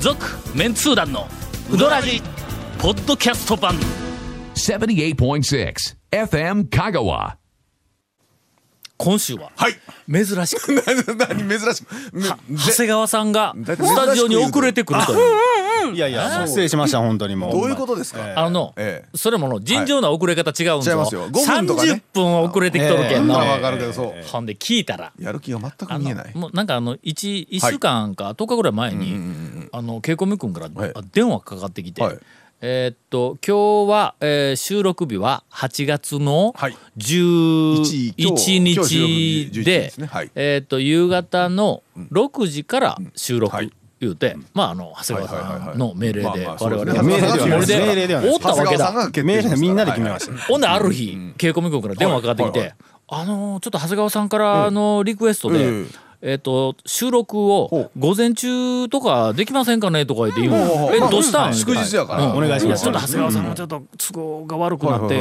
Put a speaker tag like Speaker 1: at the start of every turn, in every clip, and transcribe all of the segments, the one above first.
Speaker 1: 続メンツー団のウドラジポッドキャスト版
Speaker 2: 78.6 FM Kagawa.
Speaker 1: 今週は
Speaker 3: はい。
Speaker 1: 珍し く
Speaker 3: 何珍しく。め
Speaker 1: 長谷川さんが
Speaker 3: だって珍し
Speaker 1: ス
Speaker 3: く言う
Speaker 1: タジオに遅れてくるという
Speaker 4: いやいや、失礼しました、本当にもう。
Speaker 3: どういうことですか。
Speaker 1: あの
Speaker 3: ええ
Speaker 1: それもの尋常な遅れ方違うんです
Speaker 3: 違い
Speaker 1: よ
Speaker 3: ますよ5分とかね
Speaker 1: 30分遅れてきとるけん
Speaker 3: な
Speaker 1: の
Speaker 3: らわかるけど、そう。
Speaker 1: ほんで聞いたら
Speaker 3: やる気が全く
Speaker 1: あ
Speaker 3: 見え
Speaker 1: の
Speaker 3: ない。
Speaker 1: もうなんかあの 1, 一週間か10日ぐらい前に、あの稽古みくんから
Speaker 3: はい
Speaker 1: あ電話かかってきて、
Speaker 3: はい
Speaker 1: えーっと今日は、えー収録日は8月の
Speaker 3: はい
Speaker 1: 11
Speaker 3: 今日今日収録
Speaker 1: 日
Speaker 3: 日
Speaker 1: で
Speaker 3: 11ですねはい
Speaker 1: えーっと夕方の6時から収録、
Speaker 3: はい
Speaker 1: 言うて、まああの長谷川
Speaker 3: はいはいはい
Speaker 1: さ
Speaker 3: は
Speaker 1: ん
Speaker 3: い
Speaker 1: の命令で
Speaker 3: まあまあ
Speaker 1: 我々
Speaker 3: そうですね
Speaker 1: は
Speaker 3: 命令ではない
Speaker 1: 命令ではないおったわけ
Speaker 3: 長谷川さん
Speaker 1: だ
Speaker 3: が決定しました
Speaker 4: みんなで決めました。
Speaker 1: ほんである日、稽古みくんから電話かかってきて、
Speaker 3: はいは
Speaker 1: あのーちょっと長谷川さんからのリクエストで、
Speaker 3: うん
Speaker 1: えっと収録を
Speaker 3: ほ
Speaker 1: 午前中とかできませんかねとか言って言う
Speaker 3: ほうほう
Speaker 1: の、
Speaker 3: ほう
Speaker 1: え
Speaker 3: まあ
Speaker 1: どうしたん、
Speaker 3: 祝日やから
Speaker 1: うん
Speaker 4: お願いします
Speaker 1: ちょっと長谷川さんもちょっと都合が悪くなって、え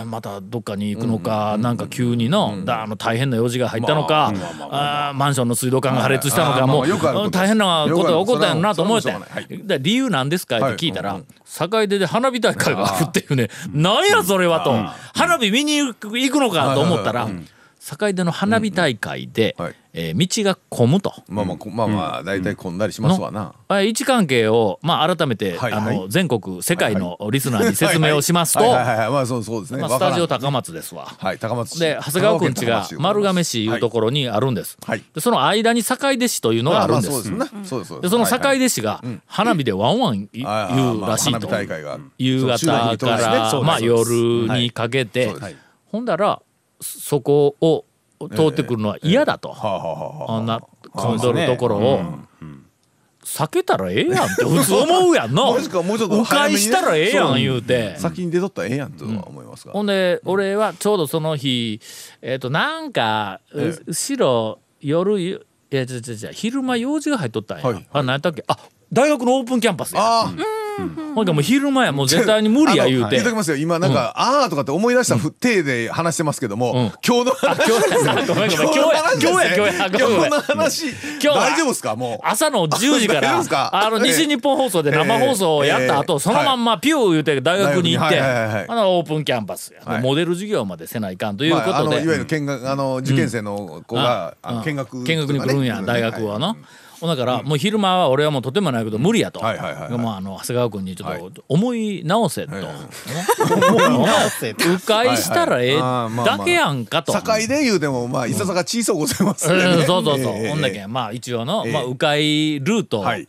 Speaker 1: ーまたどっかに行くのか、なんか急にの、だあの大変な用事が入ったのか、あーマンションの水道管が破裂したの
Speaker 3: あ
Speaker 1: か、
Speaker 3: ー
Speaker 1: も
Speaker 3: まあよくあること
Speaker 1: う
Speaker 3: です
Speaker 1: 大変なことが起こったんやろなと思って、
Speaker 3: よくあるそれはもうしょうがない
Speaker 1: で理由なんですかって聞いたら、
Speaker 3: はいうん
Speaker 1: 境出で花火大会があるっていうね、なんやそれはと、花火見に行く行くのかと思ったら、境出の花火大会で、
Speaker 3: うんはい
Speaker 1: えー道が混むと。
Speaker 3: まあまあこまあまあ大体こんなりしますわな。
Speaker 1: あ位置関係を、まあ、改めて、
Speaker 3: はい
Speaker 1: あの
Speaker 3: はい
Speaker 1: 全国世界のリスナーに説明をしますと、
Speaker 3: はいはいはいはいまあそうそうですね。
Speaker 1: まあ、
Speaker 3: わ
Speaker 1: ス
Speaker 3: からん
Speaker 1: タジオ高松ですわ。
Speaker 3: はい高松市
Speaker 1: で長谷川くんちが丸亀市いうところにあるんです、
Speaker 3: はい
Speaker 1: でその間に坂出市というのがあるんです、
Speaker 3: まあまあそうですね。そうですそう
Speaker 1: で
Speaker 3: です。
Speaker 1: その坂
Speaker 3: はいはい
Speaker 1: 出市が花火でワンワンい
Speaker 3: あー
Speaker 1: 言うらしい
Speaker 3: まあ花
Speaker 1: と
Speaker 3: 火大会が
Speaker 1: 夕
Speaker 3: そう中
Speaker 1: 方
Speaker 3: 学に
Speaker 1: か
Speaker 3: 通るんですね
Speaker 1: ら
Speaker 3: そうです
Speaker 1: まあ
Speaker 3: そうで
Speaker 1: 夜
Speaker 3: す
Speaker 1: にかけて
Speaker 3: そうです
Speaker 1: ほんだらそこを通ってくるのは嫌だと
Speaker 3: はあはあはあは
Speaker 1: あんな混
Speaker 4: そ
Speaker 1: んど
Speaker 4: うです
Speaker 1: ると
Speaker 4: ね
Speaker 1: ころを避けたらええやん って普通思うやんの
Speaker 3: もしくはもうちょっと
Speaker 1: 迂
Speaker 3: 早め
Speaker 1: 回
Speaker 3: にね
Speaker 1: したらええやん言うて
Speaker 3: あ。先に出とったらええやんとは思いますが。
Speaker 1: ほんで、俺はちょうどその日、えっ、と、なんか、う
Speaker 3: ええ
Speaker 1: 後ろ、夜、いや、違う違う違う、昼間用事が入っとったんや。
Speaker 3: はいはい
Speaker 1: あ、何やったっけあ、大学のオープンキャンパスや。
Speaker 3: ああ
Speaker 1: ほんで、もう昼間や、もう絶対に無理や言うて
Speaker 3: 言っ。ときますよ今なんか「ああ」とかって思い出したふ手で話してますけども、
Speaker 1: ん
Speaker 3: 今日の話
Speaker 1: 今日やなごめんごめん、今日や、今日や、今日や、ごめんごめん
Speaker 3: 今日の話
Speaker 1: 今日は
Speaker 3: 大丈夫ですかもう
Speaker 1: 朝の10時か
Speaker 3: 大丈夫
Speaker 1: ら
Speaker 3: ですか
Speaker 1: あの
Speaker 3: ええ
Speaker 1: 西日本放送で生放送をやった後、
Speaker 3: ええ
Speaker 1: そのまんまピュー言うて大学に行って、
Speaker 3: 大学にはいはいはい
Speaker 1: あのオープンキャンパスや、
Speaker 3: はい
Speaker 1: モデル授業までせないかんということで、
Speaker 3: まあ、あのいわゆる見学あの受験生の子が、あの見学、
Speaker 1: 見学に来るんや大学はの。ほんだからもう昼間は俺はもうとてもないけど無理やと。
Speaker 3: はいはいはいはい
Speaker 1: もうあの長谷川君にちょ
Speaker 3: は
Speaker 1: っ
Speaker 3: い
Speaker 1: と思い直せと。
Speaker 3: は いはい
Speaker 1: 思い直せ。迂回したらええ
Speaker 3: はいはいあーまあまあ
Speaker 1: だけやんかと。
Speaker 3: 境で言うてもまあいささか小さうございますね、
Speaker 1: うんそうそうそう、
Speaker 3: ええ
Speaker 1: ほんだけまあ一応の、
Speaker 3: ええ
Speaker 1: まあ、迂回ルートを、
Speaker 3: はい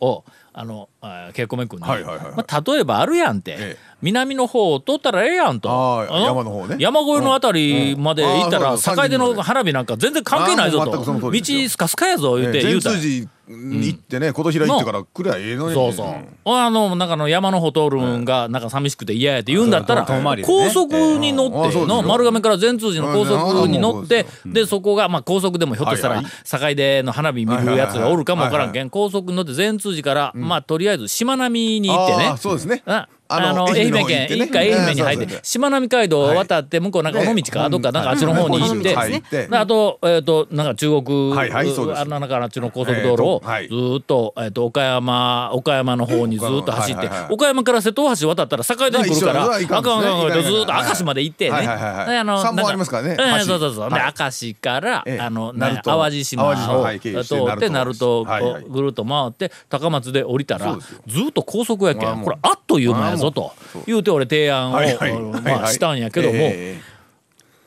Speaker 1: あのあ稽古目君に、
Speaker 3: はいはいはいはい
Speaker 1: まあ、例えばあるやんって、
Speaker 3: ええ
Speaker 1: 南の方を通ったらええやんと
Speaker 3: あー
Speaker 1: あの
Speaker 3: 山の方ね
Speaker 1: 山越えのあたりまで行ったら、
Speaker 3: うんあーそうだ
Speaker 1: 境出の花火なんか全然関係ないぞ
Speaker 3: あーもう全くその
Speaker 1: と道
Speaker 3: 通りですよ
Speaker 1: スカスカやぞ言うて、
Speaker 3: ええ
Speaker 1: 言
Speaker 3: 善
Speaker 1: うたら
Speaker 3: 通寺に行ってね琴平行ってから来りゃええのに
Speaker 1: そうそう、あのなんかあの山の方通るんがなんか寂しくて嫌やって言うんだったら、
Speaker 4: あそう遠回りでね
Speaker 1: 高速に乗
Speaker 3: ええあ
Speaker 1: っ
Speaker 3: そう
Speaker 1: て
Speaker 3: です
Speaker 1: の
Speaker 3: よ
Speaker 1: 丸亀から善通寺の高速に乗って
Speaker 3: あ
Speaker 1: でそこがまあ高速でもひょっとした
Speaker 3: は
Speaker 1: ら
Speaker 3: いは
Speaker 1: 境出の花火見るやつがおるかもわからんけん高速に乗って善通寺からまあとりあえずしまなみに行って
Speaker 3: あ
Speaker 1: ね
Speaker 3: ー。そうですね
Speaker 1: ああ
Speaker 3: あの
Speaker 1: の
Speaker 3: 愛
Speaker 1: 愛
Speaker 3: 媛の
Speaker 1: 媛
Speaker 3: 方行
Speaker 1: 県
Speaker 3: ってね
Speaker 1: 一回愛媛に入っ
Speaker 3: うんそうそうそ
Speaker 1: て
Speaker 3: う
Speaker 1: しまなみ海道を渡って向こうなんか尾道
Speaker 3: ね
Speaker 1: かどっかなんかあっちの
Speaker 3: うん
Speaker 1: 方に行って
Speaker 3: 尾道はい行って
Speaker 1: であとえっとなんか中国
Speaker 3: はいはいそうです
Speaker 1: あのなんかあっちの高速道路を
Speaker 3: えーとはい
Speaker 1: ずーっとえっと岡山岡山の方にずーっと走って
Speaker 3: 岡山はいはいはい
Speaker 1: 岡山から瀬戸大橋渡ったら境出に来るから
Speaker 3: まあ
Speaker 1: 赤
Speaker 3: 一緒
Speaker 1: 赤
Speaker 3: だそれはいか
Speaker 1: 赤
Speaker 3: んです
Speaker 1: 赤ず
Speaker 3: ね
Speaker 1: ーっと明石まで行ってね
Speaker 3: はいはいはいはい
Speaker 1: での
Speaker 3: 三本
Speaker 1: なん
Speaker 3: ありますからね
Speaker 1: うん
Speaker 3: 橋
Speaker 1: そうそうそうで
Speaker 3: は
Speaker 1: 明石から
Speaker 3: ええ
Speaker 1: あの
Speaker 3: 鳴
Speaker 1: なんや
Speaker 3: 門
Speaker 1: 淡路島を
Speaker 3: 淡路島はい経由して
Speaker 1: 通って鳴
Speaker 3: 鳴
Speaker 1: 門を
Speaker 3: 門はいはい
Speaker 1: ぐるっと回って高松で降りた
Speaker 3: そ
Speaker 1: ら
Speaker 3: うですよ
Speaker 1: ずっと高速やけ
Speaker 3: まあ
Speaker 1: ん
Speaker 3: もう
Speaker 1: これあっという間やぞ
Speaker 3: ま
Speaker 1: と言うて俺提案を
Speaker 3: はいはいはい
Speaker 1: まあ
Speaker 3: はい
Speaker 1: したんやけども
Speaker 3: え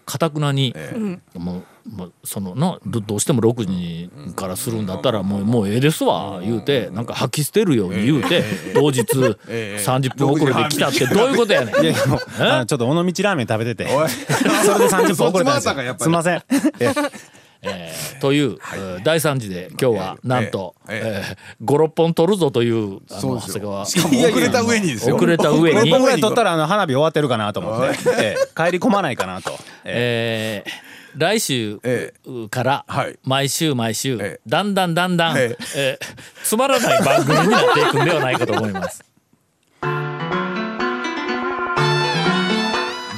Speaker 1: かたくなに
Speaker 3: え
Speaker 1: もうもうそのなどどうしても6時からするんだったらもうもうええですわ言うてなんか吐き捨てるように言うて同日
Speaker 3: ええ
Speaker 1: 30分遅れて来たってどういうことやねん。
Speaker 4: いやいやもうあのちょっと尾道ラーメン食べて て。
Speaker 3: おい
Speaker 4: それで30分遅れたんです
Speaker 3: そっちもあったかやっぱ
Speaker 4: よ。
Speaker 3: り
Speaker 4: すいませ ん。
Speaker 1: えーという、えー第3次で今日はなんと、え
Speaker 3: え
Speaker 1: ー
Speaker 3: え
Speaker 1: 56本取るぞというあ
Speaker 3: そう
Speaker 1: の長
Speaker 3: です
Speaker 1: 谷
Speaker 3: よ
Speaker 1: 川
Speaker 3: しかも遅れた上にですよ
Speaker 1: 遅れた上
Speaker 3: 遅れ
Speaker 1: に
Speaker 3: た上
Speaker 4: 6ぐ
Speaker 3: に
Speaker 4: らい取ったらあの花火終わってるかなと思って、ええ帰り込まないかなと。え
Speaker 1: えー来週
Speaker 3: え
Speaker 1: から
Speaker 3: はい
Speaker 1: 毎週毎週、
Speaker 3: ええ
Speaker 1: だんだんだんだん、
Speaker 3: え
Speaker 1: えーつまらない番組になっていくんではないかと思います。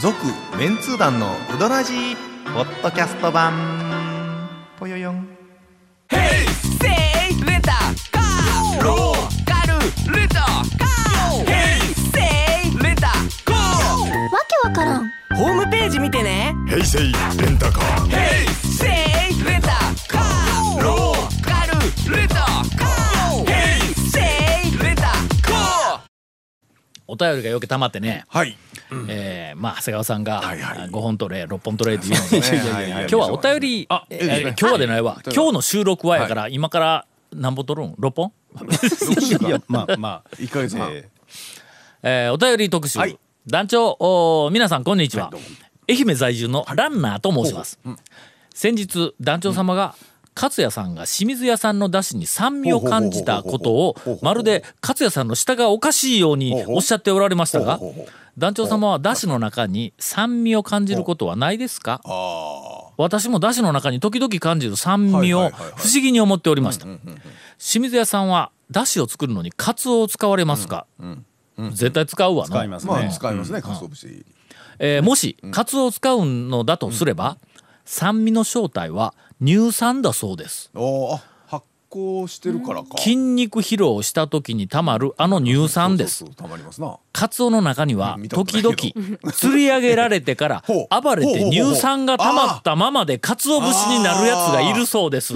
Speaker 3: 続メンツー団の
Speaker 5: ウドラジーポッドキャスト版ぽよよん
Speaker 6: セイレンタカーローカルわからん
Speaker 7: ホームページ見てね
Speaker 8: 平成レンタカー
Speaker 7: せーレタカーローカルレタカーせーレタカ
Speaker 1: お便りがよく溜まってね、
Speaker 3: はい。
Speaker 1: えーまあ長谷川さんが
Speaker 3: はいはい
Speaker 1: 5本取れ6本取れっていう ので
Speaker 3: いやいやいや
Speaker 1: 今日はお便りあ
Speaker 3: いいですね
Speaker 1: 今日はでないわ今日の収録はやから今から何本取るん6本
Speaker 4: いやまあまあ
Speaker 3: 一ヶ月半
Speaker 4: え
Speaker 1: えーお便り特集、
Speaker 3: はい
Speaker 1: 団長おー皆さんこんにちは、愛媛在住のランナーと申します、先日団長様が、勝也さんが清水屋さんの出汁に酸味を感じたことをまるで勝也さんの舌がおかしいようにおっしゃっておられましたが団長様は出汁の中に酸味を感じることはないですか私も出汁の中に時々感じる酸味
Speaker 3: は
Speaker 1: を
Speaker 3: いはいはいはい
Speaker 1: 不思議に思っておりました清水屋さんは出汁を作るのにカツオを使われますか、絶対使うわな
Speaker 4: 使いますね、
Speaker 3: まあ使いますね、かつお節。
Speaker 1: えーもしカツオを使うのだとすれば、酸味の正体は乳酸だそうです
Speaker 3: おーあ発酵してるからか。
Speaker 1: 筋肉疲労をした時にたまるあの乳酸です
Speaker 3: そうそうそう。たまりますな。
Speaker 1: カツオの中には
Speaker 3: 見たこと
Speaker 1: 時
Speaker 3: ないけど
Speaker 1: 々釣り上げられてから
Speaker 3: ほう
Speaker 1: 暴れて
Speaker 3: ほうほうほう
Speaker 1: 乳酸が溜まったままでカツオ節になるやつがいるそうですす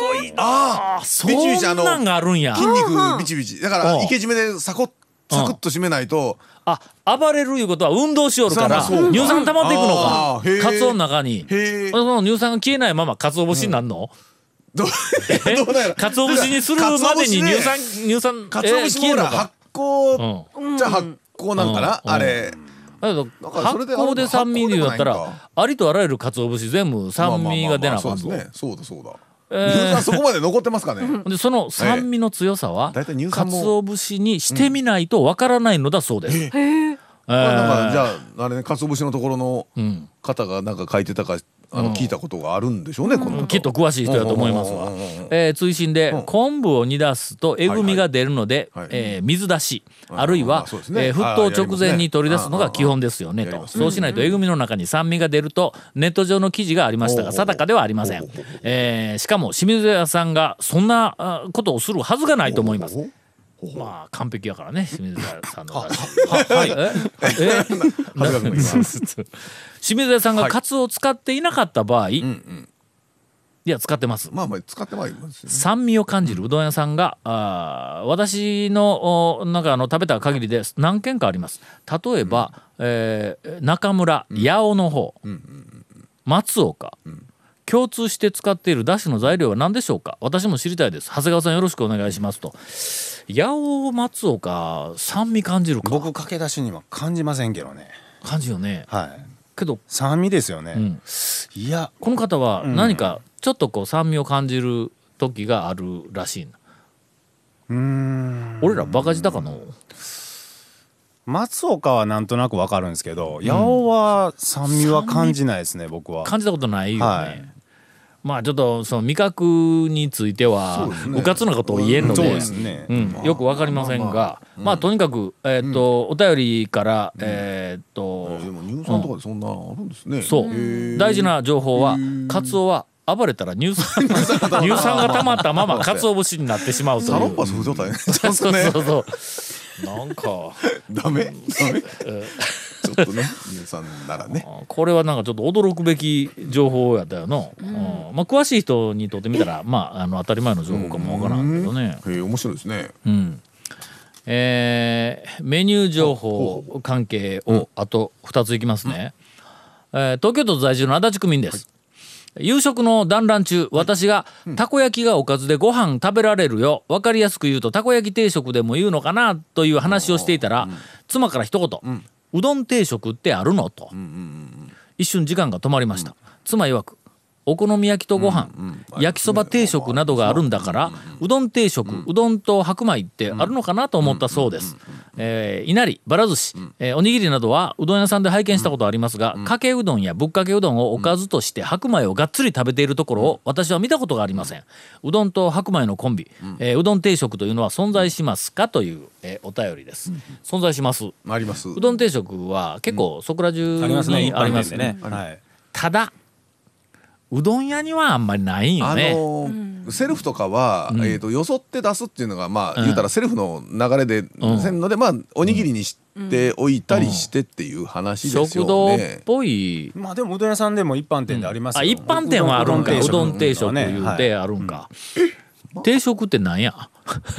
Speaker 1: ごいなあそん
Speaker 3: びっくりしたあの
Speaker 1: なんがあるんや
Speaker 3: 筋肉ビチビチ。だから
Speaker 1: うん
Speaker 3: 生け締めでサコッサクッと締めないと。
Speaker 1: あ暴れるいうことは運動しよるから
Speaker 3: そうかそうか
Speaker 1: 乳酸溜まっていくのか
Speaker 3: あーへー
Speaker 1: カツオの中に
Speaker 3: へー
Speaker 1: その乳酸が消えないままカツオ節になるの、
Speaker 3: どうどうだよ。
Speaker 1: かつお節にするまでに乳酸乳酸
Speaker 3: かつお節もほら発酵じゃあ発酵なんかな
Speaker 1: うん
Speaker 3: あれ。
Speaker 1: だけど
Speaker 3: だから
Speaker 1: 発
Speaker 3: それで
Speaker 1: 酵で酸味で言った
Speaker 3: 発酵でもないん
Speaker 1: らありとあらゆるかつお節全部酸味が出な
Speaker 3: ま
Speaker 1: か
Speaker 3: あ
Speaker 1: っ
Speaker 3: まあ
Speaker 1: た
Speaker 3: まあまあ
Speaker 1: で
Speaker 3: そうだそうだそうだ。
Speaker 1: えー
Speaker 3: 乳酸そこまで残ってますか ね。
Speaker 1: その酸味の強さは
Speaker 3: ええ大体乳
Speaker 1: か
Speaker 3: 酸も
Speaker 1: つお節にしてみないとわからないのだそうです。えー
Speaker 3: まあなんかじゃああれね鰹節のところの方がなんか書いてたかあの聞いたことがあるんでしょうね、この
Speaker 1: きっと詳しい人だと思いますわ
Speaker 3: うんうんうんうんうん。
Speaker 1: えー追伸で、昆布を煮出すとえぐみが出るので、
Speaker 3: はいはい
Speaker 1: えー水出し、あるい
Speaker 3: あ
Speaker 1: は、
Speaker 3: ーそうですね
Speaker 1: えー沸騰直前に取り出すのが基本ですよね
Speaker 3: やり
Speaker 1: と。
Speaker 3: ますね
Speaker 1: そうしないとえぐみの中に酸味が出るとネット上の記事がありました
Speaker 3: ほ
Speaker 1: が
Speaker 3: うほう
Speaker 1: 定かではありません
Speaker 3: ほうほうほう。
Speaker 1: えーしかも清水屋さんがそんなあーことをするはずがないと思います。まあ完璧やからね清水屋さんの出汁 はい。ええ
Speaker 3: 恥ずかしくなりま
Speaker 1: 清水屋さんがカツオを使っていなかった場合、いや使ってます
Speaker 3: まあまあ使ってはいますよね
Speaker 1: 酸味を感じるうどん屋さんが、あー私のおなんかあの食べた限りで何軒かあります例えば、えー中村、八尾の方、松岡、共通して使っているだしの材料は何でしょうか私も知りたいです長谷川さんよろしくお願いしますと八尾松岡酸味感じるか
Speaker 4: 僕駆け出しには感じませんけどね
Speaker 1: 感じよね
Speaker 4: はい
Speaker 1: けど
Speaker 4: 酸味ですよね、
Speaker 1: ん
Speaker 4: いや
Speaker 1: この方は何かちょっとこう酸味を感じる時があるらしいな俺らバカ舌かの
Speaker 4: 松岡はなんとなくわかるんですけど、八尾は酸味は感じないですね僕は
Speaker 1: 感じたことないよね、
Speaker 4: はい
Speaker 1: まあちょっとその味覚についてはうかつなことを言えるので,、
Speaker 4: そうですね、
Speaker 1: うんよくわかりませんが、まあとにかく、えーっとお便りから、えーっと、
Speaker 3: でも乳酸とかでそんなあるんですね、
Speaker 1: そう大事な情報はカツオは暴れたら乳 酸乳酸が溜まったままカツオ節になってしまうと
Speaker 3: サロ
Speaker 1: い
Speaker 3: ン
Speaker 1: う。
Speaker 3: パそういう状態ね
Speaker 1: そう そうそう。なんか、
Speaker 3: ダメダメちょっとね乳酸ならね
Speaker 1: あこれはなんかちょっと驚くべき情報やったよな。うんまあ詳しい人にとってみたら、まああの当たり前の情報かもわからんけどね。
Speaker 3: へえ面白いですね、
Speaker 1: うん。えーメニュー情報関係をあと2ついきますね。えー東京都在住の足立区民です。夕食の団らん中私が「たこ焼きがおかずでご飯食べられるよ分かりやすく言うとたこ焼き定食でも言うのかな」という話をしていたら、妻から一言、うどん定食ってあるの?」と、一瞬時間が止まりました、妻曰くお好み焼きとご飯、焼きそば定食などがあるんだから、うどん定食、うどんと白米ってあるのかなと思ったそうです、えーいなりばら寿司、えーおにぎりなどはうどん屋さんで拝見したことありますが、かけうどんやぶっかけうどんをおかずとして白米をがっつり食べているところを私は見たことがありませんうどんと白米のコンビ、えーうどん定食というのは存在しますかという、えーお便りです、存在します
Speaker 3: あります
Speaker 1: うどん定食は結構そこら中に
Speaker 4: ありますね
Speaker 1: あります
Speaker 4: 一般店で
Speaker 1: ね
Speaker 4: ね、はい、
Speaker 1: ただうどん屋にはあんまりないんよ
Speaker 3: あ
Speaker 1: ね、
Speaker 3: のーセルフとかは、えー、とよそって出すっていうのがまあ、言うたらセルフの流れで、せんのでまあおにぎりにしっておいたりしてっていう話ですよ
Speaker 1: 食堂っ
Speaker 3: ね。
Speaker 1: ぽい
Speaker 4: まあでもうどん屋さんでも一般店でありますよ
Speaker 1: あ一般店はあるんかうどん定食
Speaker 4: ね
Speaker 1: 言う
Speaker 4: は
Speaker 1: て
Speaker 4: い
Speaker 1: あるんか、定食ってなんや、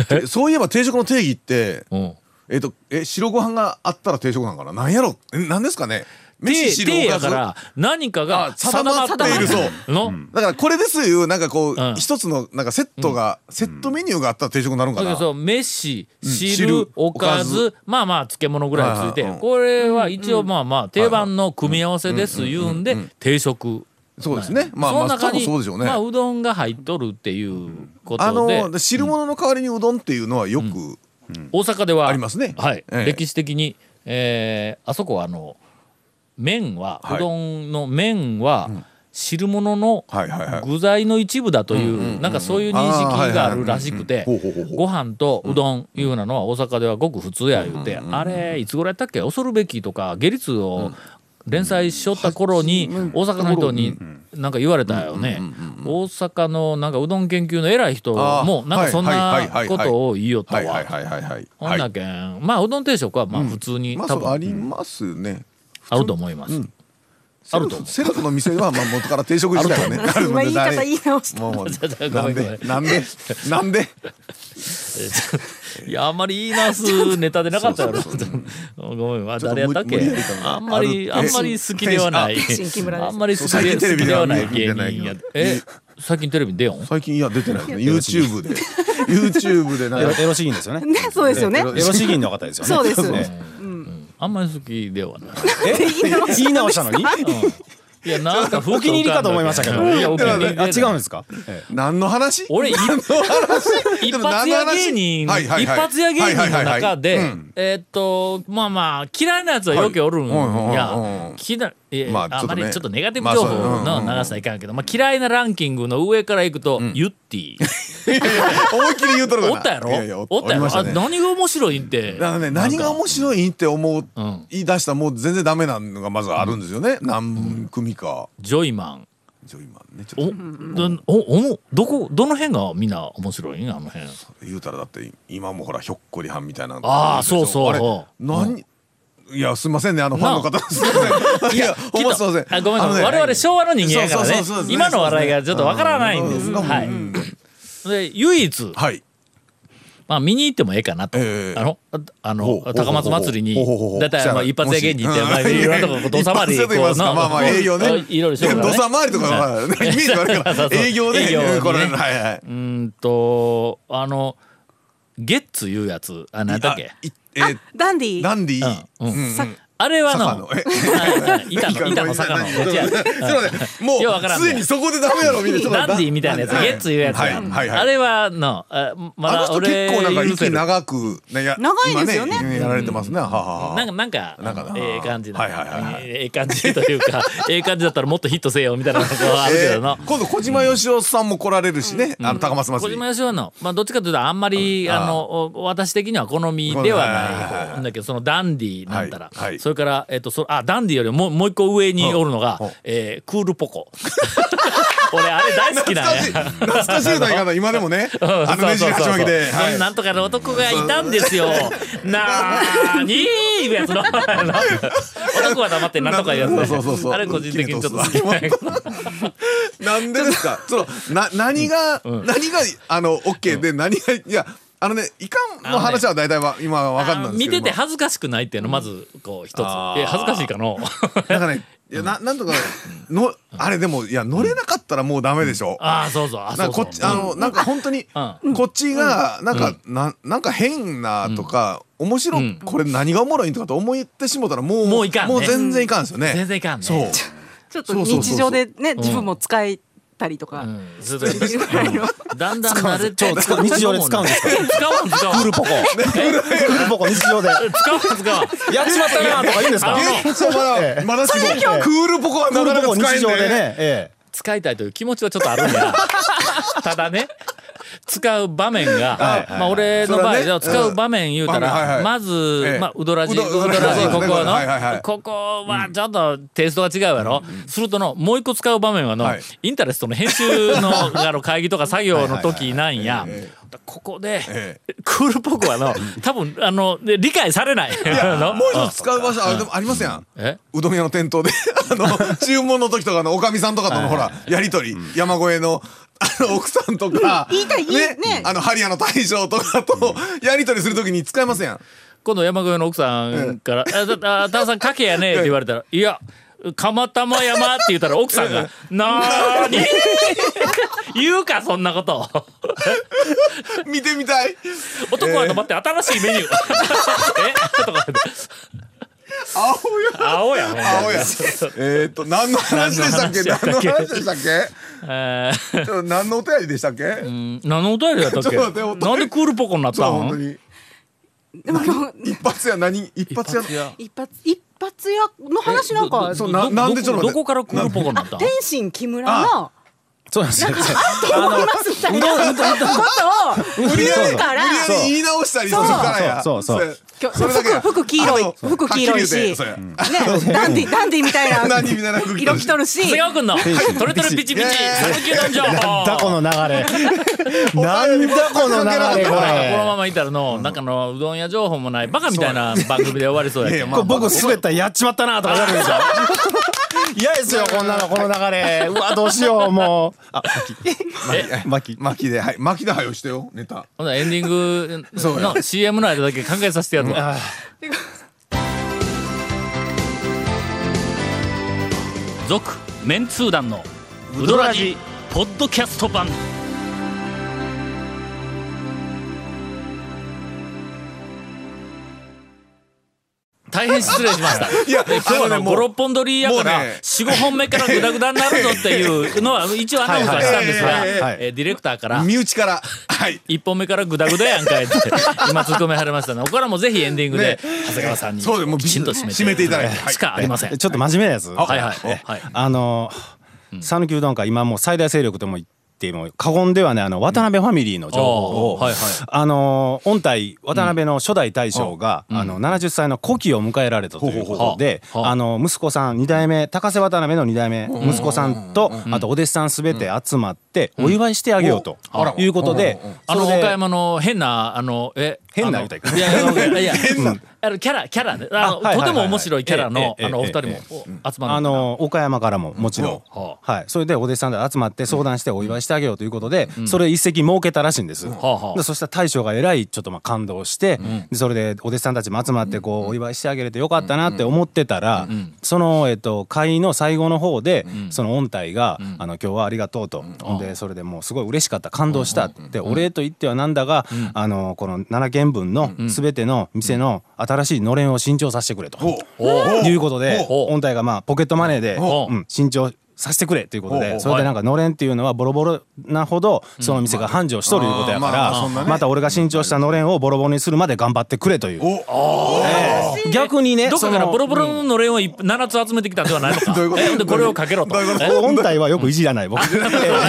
Speaker 3: でそういえば定食の定義って、
Speaker 1: うん、
Speaker 3: えっとえ白ご飯があったら定食なんかな。なんやろ。えなんですかね。
Speaker 1: 定
Speaker 3: 飯白
Speaker 1: 定
Speaker 3: おか
Speaker 1: や
Speaker 3: ず。
Speaker 1: か
Speaker 3: だから
Speaker 1: 何かが
Speaker 3: あ定まっている
Speaker 1: 定まっの、
Speaker 3: らこれですいうなんかこう、
Speaker 1: ん
Speaker 3: 一つのなんかセットが、セットメニューがあったら定食になるん
Speaker 1: だ
Speaker 3: か
Speaker 1: から
Speaker 3: な。
Speaker 1: そう飯
Speaker 3: ん
Speaker 1: 汁
Speaker 3: 汁
Speaker 1: おか
Speaker 3: お
Speaker 1: ずまあまあ漬物ぐらいついて
Speaker 3: はいはいうん
Speaker 1: これは一応まあまあ定番の組み合わせです言うんで定食
Speaker 3: そうですね。まあ
Speaker 1: そ
Speaker 3: ま
Speaker 1: の
Speaker 3: あ多
Speaker 1: 中
Speaker 3: 分
Speaker 1: に
Speaker 3: そうでしょうね。
Speaker 1: まあうどんが入っとるっていうこ
Speaker 3: あ
Speaker 1: とで
Speaker 3: の汁物の代わりにうどんっていうのはよく、
Speaker 1: 大阪では
Speaker 3: ありますね
Speaker 1: はい
Speaker 3: ええ
Speaker 1: 歴史的にえーあそこはあの麺は
Speaker 3: はいう
Speaker 1: どんの麺は汁物の
Speaker 3: はいはいはい
Speaker 1: 具材の一部だというなんかそういう認識があるらしくて
Speaker 3: あーはいはいうんほうほうほうほ
Speaker 1: ご
Speaker 3: う
Speaker 1: 飯とうどんいうようなのは大阪ではごく普通や言うてあれいつ頃やったっけ恐るべきとか下律を連載しよった頃に大阪の人になんか言われたよね大阪のなんかうどん研究の偉い人
Speaker 3: あー
Speaker 1: もなんかそん
Speaker 3: はいはい
Speaker 1: な
Speaker 3: はいはい
Speaker 1: ことを言いよった
Speaker 3: はいは
Speaker 1: わ
Speaker 3: い。はいはいはい。
Speaker 1: ほん
Speaker 3: は
Speaker 1: ないけん、まあうどん定食はまあ普通に
Speaker 3: まあ
Speaker 1: 多
Speaker 3: そうあ
Speaker 1: 分
Speaker 3: りますね。
Speaker 1: あると思います。
Speaker 3: セ
Speaker 1: ある
Speaker 3: ル
Speaker 1: と思
Speaker 3: フ
Speaker 1: う
Speaker 3: セルフの店はまあ元から定食自体はね。ある
Speaker 6: 今
Speaker 3: ので
Speaker 6: 言い方
Speaker 3: 誰
Speaker 6: 言い直した
Speaker 3: も うもう
Speaker 1: ご
Speaker 3: な
Speaker 1: めん
Speaker 3: ん
Speaker 1: ごめん
Speaker 3: でなんでなんで
Speaker 1: いやあんまり言い直すネタでなかったやろ。
Speaker 3: そうそうそう
Speaker 1: ごめん、あ誰やったっ
Speaker 3: ちょっと無
Speaker 1: け
Speaker 3: 理無理やりか？な
Speaker 1: あんまりあ
Speaker 3: ある
Speaker 1: んまり好きではない。
Speaker 6: 天津木村です
Speaker 1: あんまり好き
Speaker 3: 最
Speaker 1: で好
Speaker 3: 近テ
Speaker 1: き
Speaker 3: レ
Speaker 1: で
Speaker 3: ビで
Speaker 1: は
Speaker 3: は
Speaker 1: ない
Speaker 3: 見
Speaker 1: 芸
Speaker 3: てない
Speaker 1: 人や。え、最近テレビ出よん？
Speaker 3: 最近いや出てないですね。YouTube で YouTube でな
Speaker 4: エ
Speaker 3: ん
Speaker 4: ロ
Speaker 3: か
Speaker 4: エロ詩吟ですよね
Speaker 6: ね、そうですよね
Speaker 4: エ。ロエロ詩吟の方ですよね
Speaker 6: そうです
Speaker 4: ね
Speaker 1: あんまり好きではない。
Speaker 4: え言い直したのに
Speaker 1: いやなんか
Speaker 4: お気に入りかと思いましたけど
Speaker 1: いやお気に入りで
Speaker 4: あ違うんですかええ
Speaker 3: 何の話？
Speaker 1: 俺い一発屋芸人、
Speaker 3: でも何の話はいはいはい
Speaker 1: 一発屋芸人の中
Speaker 3: はい
Speaker 1: で
Speaker 3: はいはいうん、
Speaker 1: えーっと、まあまあ、嫌いなやつはよくおるん
Speaker 3: はいうんうんうんう
Speaker 1: や
Speaker 3: ん。
Speaker 1: 嫌いえ
Speaker 3: まあ
Speaker 1: あ
Speaker 3: ちょっとね
Speaker 1: まりちょっとネガティブ情報
Speaker 3: ま
Speaker 1: の
Speaker 3: あそううんうんうん
Speaker 1: 流したらいかんけど、まあ嫌いなランキングの上からいくと、ユッティ。
Speaker 3: 思いっきり言うとるかな。
Speaker 1: おったやろ
Speaker 3: いやいやお
Speaker 1: おったや
Speaker 3: おりま
Speaker 1: ろ
Speaker 3: した
Speaker 1: あ
Speaker 3: ね
Speaker 1: 何が面白いって。
Speaker 3: だからね、何が面白いって思う、
Speaker 1: ん
Speaker 3: 言い出したらもう全然ダメなのがまずあるんですよね、何組か
Speaker 1: ジョイマン。
Speaker 3: ジョイマンねちょ
Speaker 1: お、
Speaker 3: っ
Speaker 1: どお、お、どこ、どの辺がみんな面白いんあの辺。
Speaker 3: と言うたらだって今もほらひょっこりはんみたいな
Speaker 1: あーそうそう
Speaker 3: あれ何、いやすいませんねあのファンの方すいませんいやほんますいません
Speaker 1: あごめんごめん、
Speaker 3: あのね
Speaker 1: 我々昭和の人間やからね
Speaker 3: そうそうそうそうですね
Speaker 1: 今の笑いがちょっとわからないんです、
Speaker 3: うんうん
Speaker 1: はい、で唯一、
Speaker 3: はい
Speaker 1: まあ、見に行ってもええかなと、
Speaker 3: ええ
Speaker 1: あのああの
Speaker 3: ほう
Speaker 1: 高松祭り
Speaker 3: ほうほう
Speaker 1: に
Speaker 3: ほう
Speaker 1: だいたいまあ
Speaker 3: ほう
Speaker 1: 一発屋芸人って、
Speaker 3: うん
Speaker 1: まあ、いろんなとこ土佐回り
Speaker 3: 一発屋と言いますかまあまあ営業ね
Speaker 1: いろいろし
Speaker 3: 土
Speaker 1: てるからね
Speaker 3: 佐回りとか はイメージ悪いか
Speaker 1: そう
Speaker 3: ら
Speaker 1: そう
Speaker 3: 営業で
Speaker 1: 営業にね
Speaker 3: うんこれはいはい
Speaker 1: ー
Speaker 3: う
Speaker 1: んとあのゲッツいうやつあなんだっけ
Speaker 3: あいえー
Speaker 6: ダンディ。
Speaker 3: ダンディ
Speaker 1: うんうん
Speaker 3: うんうん
Speaker 1: あ れは
Speaker 3: 坂
Speaker 1: の
Speaker 3: のえ
Speaker 1: 板の板の坂の
Speaker 3: 何
Speaker 1: 違う
Speaker 3: すいませんも
Speaker 1: ようわからん
Speaker 3: う
Speaker 1: ね
Speaker 3: すでにそこでダメやろみたいな
Speaker 1: ダンディみたいなやつ、ゲッツいうやつ
Speaker 3: はい
Speaker 1: が、
Speaker 3: はいはい
Speaker 1: あれはの、あま
Speaker 3: あ
Speaker 1: だ
Speaker 3: の人
Speaker 1: 俺
Speaker 3: 結構なんか
Speaker 1: 許せ
Speaker 3: 息
Speaker 1: る
Speaker 3: 長くねや
Speaker 6: 長いですよね
Speaker 3: 今やられてますねはははは
Speaker 1: なんか、なんか、
Speaker 3: なんかな
Speaker 1: ええ感じな
Speaker 3: はいはいはいはい
Speaker 1: ええ感じというか、 ええ感じだったらもっとヒットせよみたいなとこはあるけどの
Speaker 3: え。ー今度小島よしおさんも来られるしねあの高松
Speaker 1: 小
Speaker 3: 祭り
Speaker 1: 島よしおの、まあ、どっちかというと、あんまり、
Speaker 3: うんあー
Speaker 1: あの、お私的には好みでは
Speaker 3: はいはいは
Speaker 1: な
Speaker 3: いはい
Speaker 1: い。なんだけど、そのダンディなんたら、
Speaker 3: はいはい
Speaker 1: それから、えっ、と、そあ、ダンディよりも、もう一個上におるのが、
Speaker 3: うん
Speaker 1: えークールポコ。 俺、あれ大好きなんや。
Speaker 3: 懐かしい歌い方今でもねあのねじり鉢巻きで
Speaker 1: そ
Speaker 3: は
Speaker 1: ん
Speaker 3: い
Speaker 1: なんとかの男がいたんですよ。なーにーいうやつの。 男は黙ってなんとかいうやつね
Speaker 3: そうそうそう
Speaker 1: あれ個人的にちょっと好きなんやけど
Speaker 3: なんでですかそのな何が何があの OK で何がいやあのねいかんの話は大体は今は分かんないんです
Speaker 1: 見
Speaker 3: けど
Speaker 1: てて恥ずかしくないっていうのまずこう一つ
Speaker 3: あー
Speaker 1: え恥ずかしいかの
Speaker 3: なんかね、いや、な、なんとか、の、あれでも、いや、乗れなかったらもうダメでしょ。
Speaker 1: ああそうそうあそ
Speaker 3: なん
Speaker 1: う
Speaker 3: か
Speaker 1: そ
Speaker 3: こ
Speaker 1: う
Speaker 3: っち、あの、なんか本当に、こっちが、なんか、なん、なんか変なとか、面白い、これ何がおもろいんとかと思ってしもたら、もう、
Speaker 1: もういかんね
Speaker 3: もう全然いかんですよね。
Speaker 1: 全然いかんね
Speaker 3: そう。
Speaker 6: ちょっと
Speaker 3: そうそうそうそう
Speaker 6: 日常でね、自分も使えたりとか。
Speaker 1: ずっとやってるだんだん慣れて
Speaker 4: ちょ使う日常で使うんですか
Speaker 1: 使わん 使わん
Speaker 4: クールポコクールポコ日常で
Speaker 1: 使わん使わん
Speaker 4: やっちまったなとか言うんですか
Speaker 1: あの
Speaker 3: 現実はまだ、まだしも、クールポコは
Speaker 4: クー
Speaker 3: なかな
Speaker 4: ルポコ
Speaker 3: か使え
Speaker 4: 日
Speaker 3: んね
Speaker 4: 常でねええ
Speaker 1: 使いたいという気持ちはちょっとあるんだただね使う場面が、
Speaker 4: はいはい
Speaker 1: まあ俺の場合では
Speaker 3: それは
Speaker 1: 使
Speaker 3: ね
Speaker 1: う場面言うたら、
Speaker 3: うんはいはい
Speaker 1: まず、
Speaker 3: ええ
Speaker 1: まあ、ウドラジ
Speaker 3: う
Speaker 1: ウ
Speaker 3: ど
Speaker 1: ドラジ
Speaker 3: う
Speaker 1: ここ
Speaker 3: どらじ
Speaker 1: はの、
Speaker 3: はいはいはい
Speaker 1: ここはちょっとテイストが違うやろ、するとのもう一個使う場面はの、
Speaker 3: はい
Speaker 1: インタレストの編集のあの会議とか作業の時なんや、ここで、
Speaker 3: え
Speaker 1: クールポコはの多分あので理解されないの
Speaker 3: もう一つ使う場所あでもありますやん
Speaker 1: え
Speaker 3: うどん屋の店頭で あの注文の時とかのおかみさんとかとのほらやり取り山越えのあの奥さんとか
Speaker 6: 言いたい言いね
Speaker 3: あのハリアの大将とかとやり取りする時に使えますやん
Speaker 1: 今度山越えの奥さんから「あだあ田中さんかけやね」って言われたら「いや釜玉山」って言ったら奥さんが「なーに 言うかそんなこと
Speaker 3: 見てみたい
Speaker 1: 男は黙って新しいメニュー えとか言って
Speaker 3: 青や
Speaker 1: 青やほんまに
Speaker 3: 青やえーっと何の話でしたっけ何の話でしたっ
Speaker 1: えー
Speaker 3: けちょ何のお便りでしたっけ
Speaker 1: 何のお便りやったっ
Speaker 3: ち
Speaker 1: け
Speaker 3: ょっと待ってお便り
Speaker 1: なんでクールポコになっ
Speaker 3: そう
Speaker 1: た
Speaker 3: 本当
Speaker 1: ん
Speaker 3: に
Speaker 6: でももう
Speaker 3: 一発や何一発や
Speaker 1: いや
Speaker 6: 一発一発屋の話なんか
Speaker 1: ど
Speaker 3: そうな
Speaker 1: ど
Speaker 3: なんでちょっと待っ
Speaker 1: ど
Speaker 3: て
Speaker 1: こからクールポコになったん
Speaker 6: 天心木村の
Speaker 4: そうなんですよ。
Speaker 6: 思いますみたいなことを
Speaker 3: 無理やり
Speaker 6: 言
Speaker 3: 無
Speaker 6: うから
Speaker 3: 理やり言い直したりするからや
Speaker 4: そうそうそう
Speaker 6: 今日
Speaker 3: それだけや
Speaker 6: 服服黄色い
Speaker 3: あの
Speaker 6: 服黄色い
Speaker 3: はっきり言うて
Speaker 6: し
Speaker 3: そうや
Speaker 6: ねダンディダンディみたい な
Speaker 3: 何みたいな服着と
Speaker 6: 色
Speaker 3: る
Speaker 6: 着とるし
Speaker 1: 長谷川君の「トレトレピチピチ
Speaker 3: いやいやいや
Speaker 1: 讃岐うどん情報」
Speaker 4: なんだこの流 れ。なんだこの流れこ
Speaker 1: このま
Speaker 4: れ。
Speaker 1: まいたらの、なんかのうどん屋情報もないバカみたいな番組で終わりそうや
Speaker 3: いや
Speaker 1: け
Speaker 3: いや
Speaker 1: ん
Speaker 3: まあ
Speaker 4: これ僕滑ったらやっちまったなとかなるんですよ。 嫌ですよこんなのこの流れ。うわどうしようもう。あ巻き。
Speaker 3: 巻きではい巻きではよしてよネタ
Speaker 1: ほなエンディング
Speaker 3: そうや
Speaker 1: の CM の間だけ考えさせてやるわ。続、メンツー団のウドラジポッドキャスト版。大変失礼しました。
Speaker 3: いや
Speaker 1: で今日はね
Speaker 3: あのねもう
Speaker 1: 56本撮りやから
Speaker 3: もうね
Speaker 1: 45本目からグダグダになるぞっていうのは 一応アナウンスはしたんですが
Speaker 3: はいはいはい
Speaker 1: えーディレクターから
Speaker 3: 身内からはい
Speaker 1: 一本目からグダグダやんかいっ て今突っ込めはれましたのでこれはもうぜひエンディングで長谷川さんに
Speaker 3: そうでもう
Speaker 1: きちんと締めて
Speaker 3: 締めていただいてはい
Speaker 1: しかありません、
Speaker 4: ちょっと真面目なやつ。
Speaker 1: は
Speaker 4: はい
Speaker 1: はいはい
Speaker 4: あの讃岐うどん会今もう最大勢力とも言っても過言ではねあの渡辺ファミリーの情報を、
Speaker 1: おーはいはい
Speaker 4: あの御体渡辺の初代大将が、あの70歳の古希を迎えられたということで、
Speaker 1: ほうほうほうはあ
Speaker 4: あの息子さん2代目高瀬渡辺の2代目息子さんと、あとお弟子さん全て集まってお祝いしてあげようと
Speaker 3: うんあら
Speaker 4: いうことで、
Speaker 1: あの
Speaker 4: それで
Speaker 1: 岡山の変なあのえ
Speaker 4: 変な
Speaker 1: あの
Speaker 4: みたいない
Speaker 1: やいや いやいや
Speaker 3: 変な
Speaker 1: あのキャラキャラねあの
Speaker 4: あはいはいはいはい
Speaker 1: とても面白いキャラの
Speaker 4: ええええ
Speaker 1: あのお二人も
Speaker 4: ええ
Speaker 1: お集まるのか
Speaker 4: あ
Speaker 1: な
Speaker 4: の岡山からももちろん、
Speaker 1: うん
Speaker 4: はい、それでお弟子さんで集まって相談してお祝いしてあげようということで、それ一席設けたらしいんです、
Speaker 1: はあ
Speaker 4: でそしたら大将がえらいちょっとまあ感動して、でそれでお弟子さんたちも集まってこうお祝いしてあげれてよかったなって思ってたら、その、えっと、会の最後の方で、その音体が、あの「今日はありがとうと」でそれでもうすごい嬉しかった感動したって、お礼と言ってはなんだが、あのこの7軒分の全ての店の新しいのれんを新調させてくれと。いうことで
Speaker 1: おう
Speaker 4: 音体がまあポケットマネーで、
Speaker 1: おう
Speaker 4: うん、新調させてくれということ
Speaker 1: おうおう
Speaker 4: でそれでなんかのれんっていうのはボロボロなほどその店が繁盛しとるいうことやか
Speaker 3: まあまあそ
Speaker 4: ら
Speaker 3: んなね
Speaker 4: また俺が新調したのれんをボロボロにするまで頑張ってくれという逆にね
Speaker 1: どっかからボロボロ
Speaker 4: その
Speaker 1: ののれんをい7つ集めてきたんではないのか
Speaker 3: どういうこと
Speaker 1: えほんでこれをかけろと
Speaker 3: どういうこと
Speaker 1: え
Speaker 4: 音体はよくいじらない僕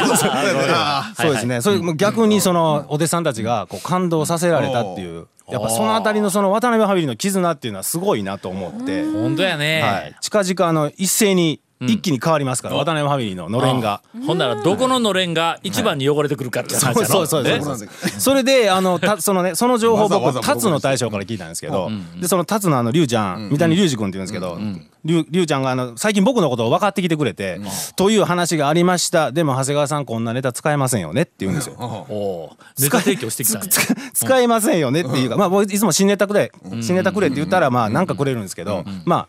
Speaker 3: あ
Speaker 4: そうですね。それも逆にそのお弟子さんたちがこう感動させられたっていう。やっぱそのあたりのその渡辺ファミリーの絆っていうのはすごいなと思って、
Speaker 1: 本当やね、
Speaker 4: はい、近々あの一斉に一気に変わりますから、渡辺ファミリーののれんが。
Speaker 1: ほんならどこののれんが一番に汚れてくるかっていう話やろ、
Speaker 4: そうそうそう
Speaker 1: ね
Speaker 4: そうそれであのたそのねその情報を
Speaker 3: わ
Speaker 4: 僕
Speaker 3: ざわざ
Speaker 4: 達の大将から聞いたんですけど、でその達のあの龍ちゃん、三谷龍二君って言うんですけど、龍龍ちゃんがあの最近僕のことを分かってきてくれて、という話がありました。でも長谷川さんこんなネタ使えませんよねって言うんですよ。
Speaker 1: おうネタ提供してきたんや
Speaker 4: つ 使えませんよねっていうか、まあ、僕いつも新ネタくれ、新ネタくれって言ったら、まあ、なんかくれるんですけど、まあ、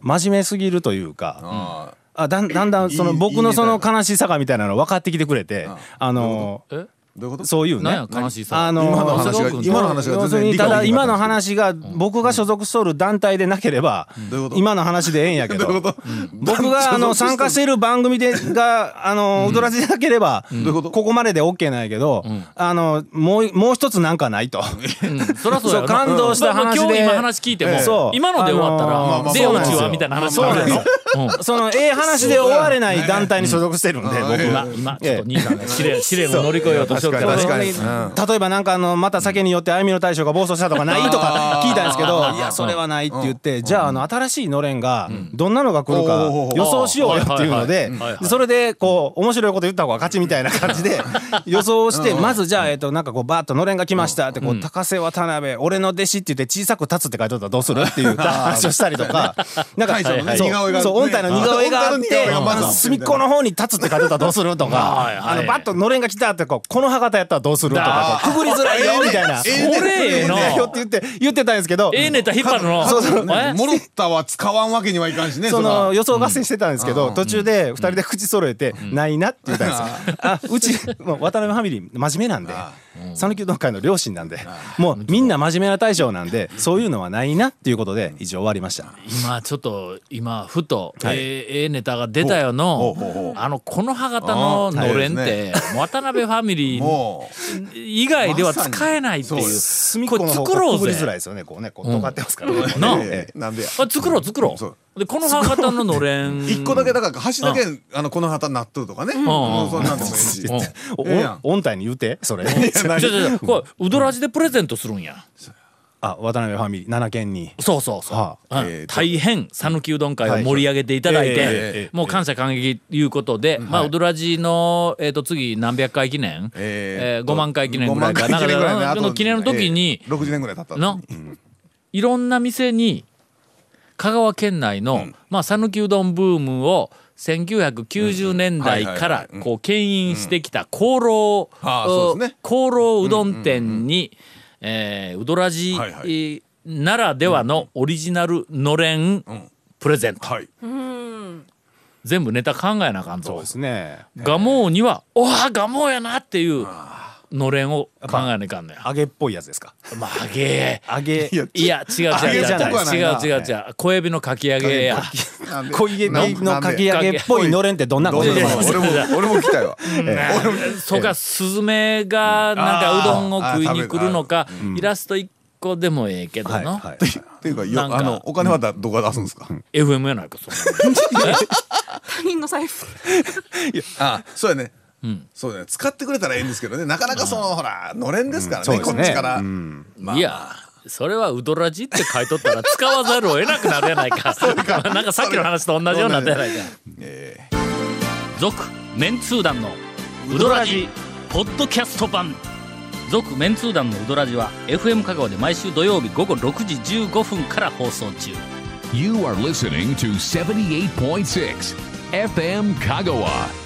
Speaker 4: 真面目すぎるというか、
Speaker 3: あ
Speaker 4: あ、だんだんだん、その、
Speaker 3: いい
Speaker 4: 僕のそ
Speaker 3: いい
Speaker 4: の
Speaker 3: ネタ
Speaker 4: 悲しさがみたいなの分かってきてくれて、あの、
Speaker 1: え
Speaker 3: どういうこと
Speaker 4: そういう
Speaker 1: なん
Speaker 4: ね。
Speaker 1: や悲しさ
Speaker 4: あの
Speaker 3: 今の
Speaker 1: 長谷川君
Speaker 3: 話が今の話が
Speaker 4: 要
Speaker 3: 全
Speaker 4: する
Speaker 3: 然
Speaker 4: に
Speaker 3: 理解
Speaker 4: ただ
Speaker 3: できな
Speaker 4: 今の
Speaker 3: かった
Speaker 4: 話が僕が所属しとる団体でなければ
Speaker 3: どういうこと
Speaker 4: 今の話でええんや け
Speaker 3: どういうこ
Speaker 4: ど
Speaker 3: と
Speaker 4: 僕があの参加している番組でがあの踊らせてなければ
Speaker 3: ういうこと
Speaker 4: ここまでで OK なんやけどあのもうもう一つなんかないと。
Speaker 1: うんそりゃそうや
Speaker 4: そ
Speaker 1: ろ
Speaker 4: う感動した話で
Speaker 1: まあまあ今日今話聞いても、
Speaker 4: ええそう
Speaker 1: 今ので終わったら、
Speaker 4: あのー
Speaker 3: まあまあ
Speaker 1: で
Speaker 3: そう
Speaker 1: う
Speaker 3: なんです
Speaker 1: ち
Speaker 3: よ
Speaker 1: はみたいな話に
Speaker 3: ま
Speaker 1: な
Speaker 3: あ
Speaker 1: る
Speaker 3: ま
Speaker 1: や
Speaker 3: あ
Speaker 1: ろ、うん
Speaker 4: そのええ話で終われない団体に所属してるんで僕
Speaker 3: そう
Speaker 1: 今
Speaker 4: が
Speaker 1: 今ちょっと兄さんが試練試練を乗り越えようとししょって
Speaker 3: 確かに確かに
Speaker 4: 例えばなんかあのまた酒によって歩みの大将が暴走したとかないとか聞いたんですけどいやそれはないって言ってじゃああの新しいのれんがどんなのが来るか予想しようよっていうので
Speaker 1: うんはいはいはい
Speaker 4: でそれでこう面白いこと言った方が勝ちみたいな感じで予想してまずじゃあえっとなんかこうバーッとのれんが来ましたってこう高瀬渡辺俺の弟子って言って小さく立つって書いてあったらどうするっていう話をしたりとかなんか
Speaker 3: 会場のね
Speaker 4: そう
Speaker 3: 似顔絵が
Speaker 4: そう音体の似顔絵があっ
Speaker 3: 音体の似
Speaker 4: て
Speaker 3: 顔絵がまず
Speaker 4: あの隅っこの方に立つって書いてあったらどうするとか
Speaker 1: はいは
Speaker 4: あ
Speaker 1: い
Speaker 4: のバッとのれんが来たってこうこの歯型やったらどうするとかこうくぐりづらいよみたいな。
Speaker 3: ええ
Speaker 1: これええな
Speaker 4: だよって言って言ってたんですけど、
Speaker 1: ええネタ引っ張るの
Speaker 4: そうそう
Speaker 1: え
Speaker 3: モロッタは使わんわけにはいかんしね
Speaker 4: そ
Speaker 3: ら
Speaker 4: の予想合戦してたんですけど、途中で2人で口揃えて「ないな」って言ったんですよ。あうちもう渡辺ファミリー真面目なんで讃岐うどん会の両親なんでもうみんな真面目な大将なんでそういうのはないなっていうことで以上終わりました。
Speaker 1: 今ちょっと今ふと、
Speaker 4: はい
Speaker 1: えーええネタが出たよの
Speaker 3: ほうほうほうほう
Speaker 1: あのこの歯型ののれんって、 渡辺ファミリー
Speaker 3: もう
Speaker 1: 以外では使えないっていう,、
Speaker 3: まさに
Speaker 4: 隅っ
Speaker 1: こ
Speaker 4: こ
Speaker 1: れ
Speaker 4: の方
Speaker 1: 作ろ
Speaker 4: こう
Speaker 1: う
Speaker 4: くぐ
Speaker 1: ぜ
Speaker 4: りづらいですよねこうねこう尖ってますからね。
Speaker 1: なあ
Speaker 3: ええなんでや
Speaker 1: あ作ろう作ろ
Speaker 3: そう
Speaker 1: うでこの歯型ののれん
Speaker 3: 一個だけだから箸だけあのこの旗納豆とかねもうそんなんでもいいし
Speaker 1: うん
Speaker 4: お
Speaker 3: ええやん
Speaker 4: お音体に言うてそれ。
Speaker 1: ちょちょちょこれうどらじでプレゼントするんや
Speaker 4: あ渡辺ファミリー7件に。
Speaker 1: そうそうそう、
Speaker 4: は
Speaker 1: うん
Speaker 3: えーと
Speaker 1: 大変讃岐うどん会を盛り上げていただいて、
Speaker 4: はいえ
Speaker 1: もう感謝感激いうことで、まあ、うどらじの、えー、と次何百回記念、え
Speaker 3: え
Speaker 1: 5万回記念ぐらいか
Speaker 3: 5万回記念ぐらい
Speaker 1: な
Speaker 3: ね
Speaker 1: んか
Speaker 3: あ
Speaker 1: そ
Speaker 3: と
Speaker 1: の記念の時に
Speaker 3: ええ、60年ぐらい経った
Speaker 1: のいろんな店に香川県内のまあ讃岐うどんブームを1990年代か
Speaker 3: はい
Speaker 1: ら
Speaker 3: はいはいうん
Speaker 1: こう牽引してきた功労
Speaker 3: ああそうですね
Speaker 1: 功労うどん店にえーうどらじ
Speaker 3: はいはい
Speaker 1: えーならではのオリジナルのれんプレゼント
Speaker 3: はい
Speaker 1: 全部ネタ考えなあかんと
Speaker 4: ですね。
Speaker 1: ガモーには「おはガモーやな」っていうのれんを考えなあかんのや。
Speaker 4: 揚げっぽいやつですか。
Speaker 1: まあげえ
Speaker 4: 揚げ
Speaker 3: いや
Speaker 1: いや違う違う
Speaker 3: 揚げ
Speaker 1: 違う
Speaker 3: じゃない
Speaker 1: 違う違う違う小エビのかき揚げや
Speaker 3: なんで
Speaker 4: 小家
Speaker 3: な
Speaker 4: のかき揚げっぽいのれんってどんな
Speaker 3: ど
Speaker 4: こ
Speaker 3: う
Speaker 4: と
Speaker 3: ぞ
Speaker 4: で
Speaker 3: どう
Speaker 4: す
Speaker 3: ぞ
Speaker 4: か
Speaker 3: 俺も俺も来たよ
Speaker 1: そうかスズメがなんかうどんを食いに来るのかイラスト一個でもええけど
Speaker 4: はい
Speaker 1: な
Speaker 4: はい
Speaker 3: っていうか
Speaker 1: なん
Speaker 3: よ
Speaker 1: か
Speaker 3: あのお金はだどこから出すんですか
Speaker 1: FM やないかそん
Speaker 6: 他人の財布
Speaker 3: あそうやねそうだね使ってくれたらいいんですけどねなかなかそのほらのれんですから
Speaker 4: そう
Speaker 3: ね
Speaker 4: で
Speaker 3: こ
Speaker 4: す
Speaker 3: っ
Speaker 4: ね
Speaker 3: ちか
Speaker 1: な
Speaker 3: ら
Speaker 1: のいやそれはうどらじって書いとったら使わざるを得なくなるやない かなんかさっきの話と同じようになったやないか続メンツー団のウドラジポッドキャスト版続メンツー団のウドラジは FM 香川で毎週土曜日午後6時15分から放送中
Speaker 2: You are listening to 78.6 FM Kagawa.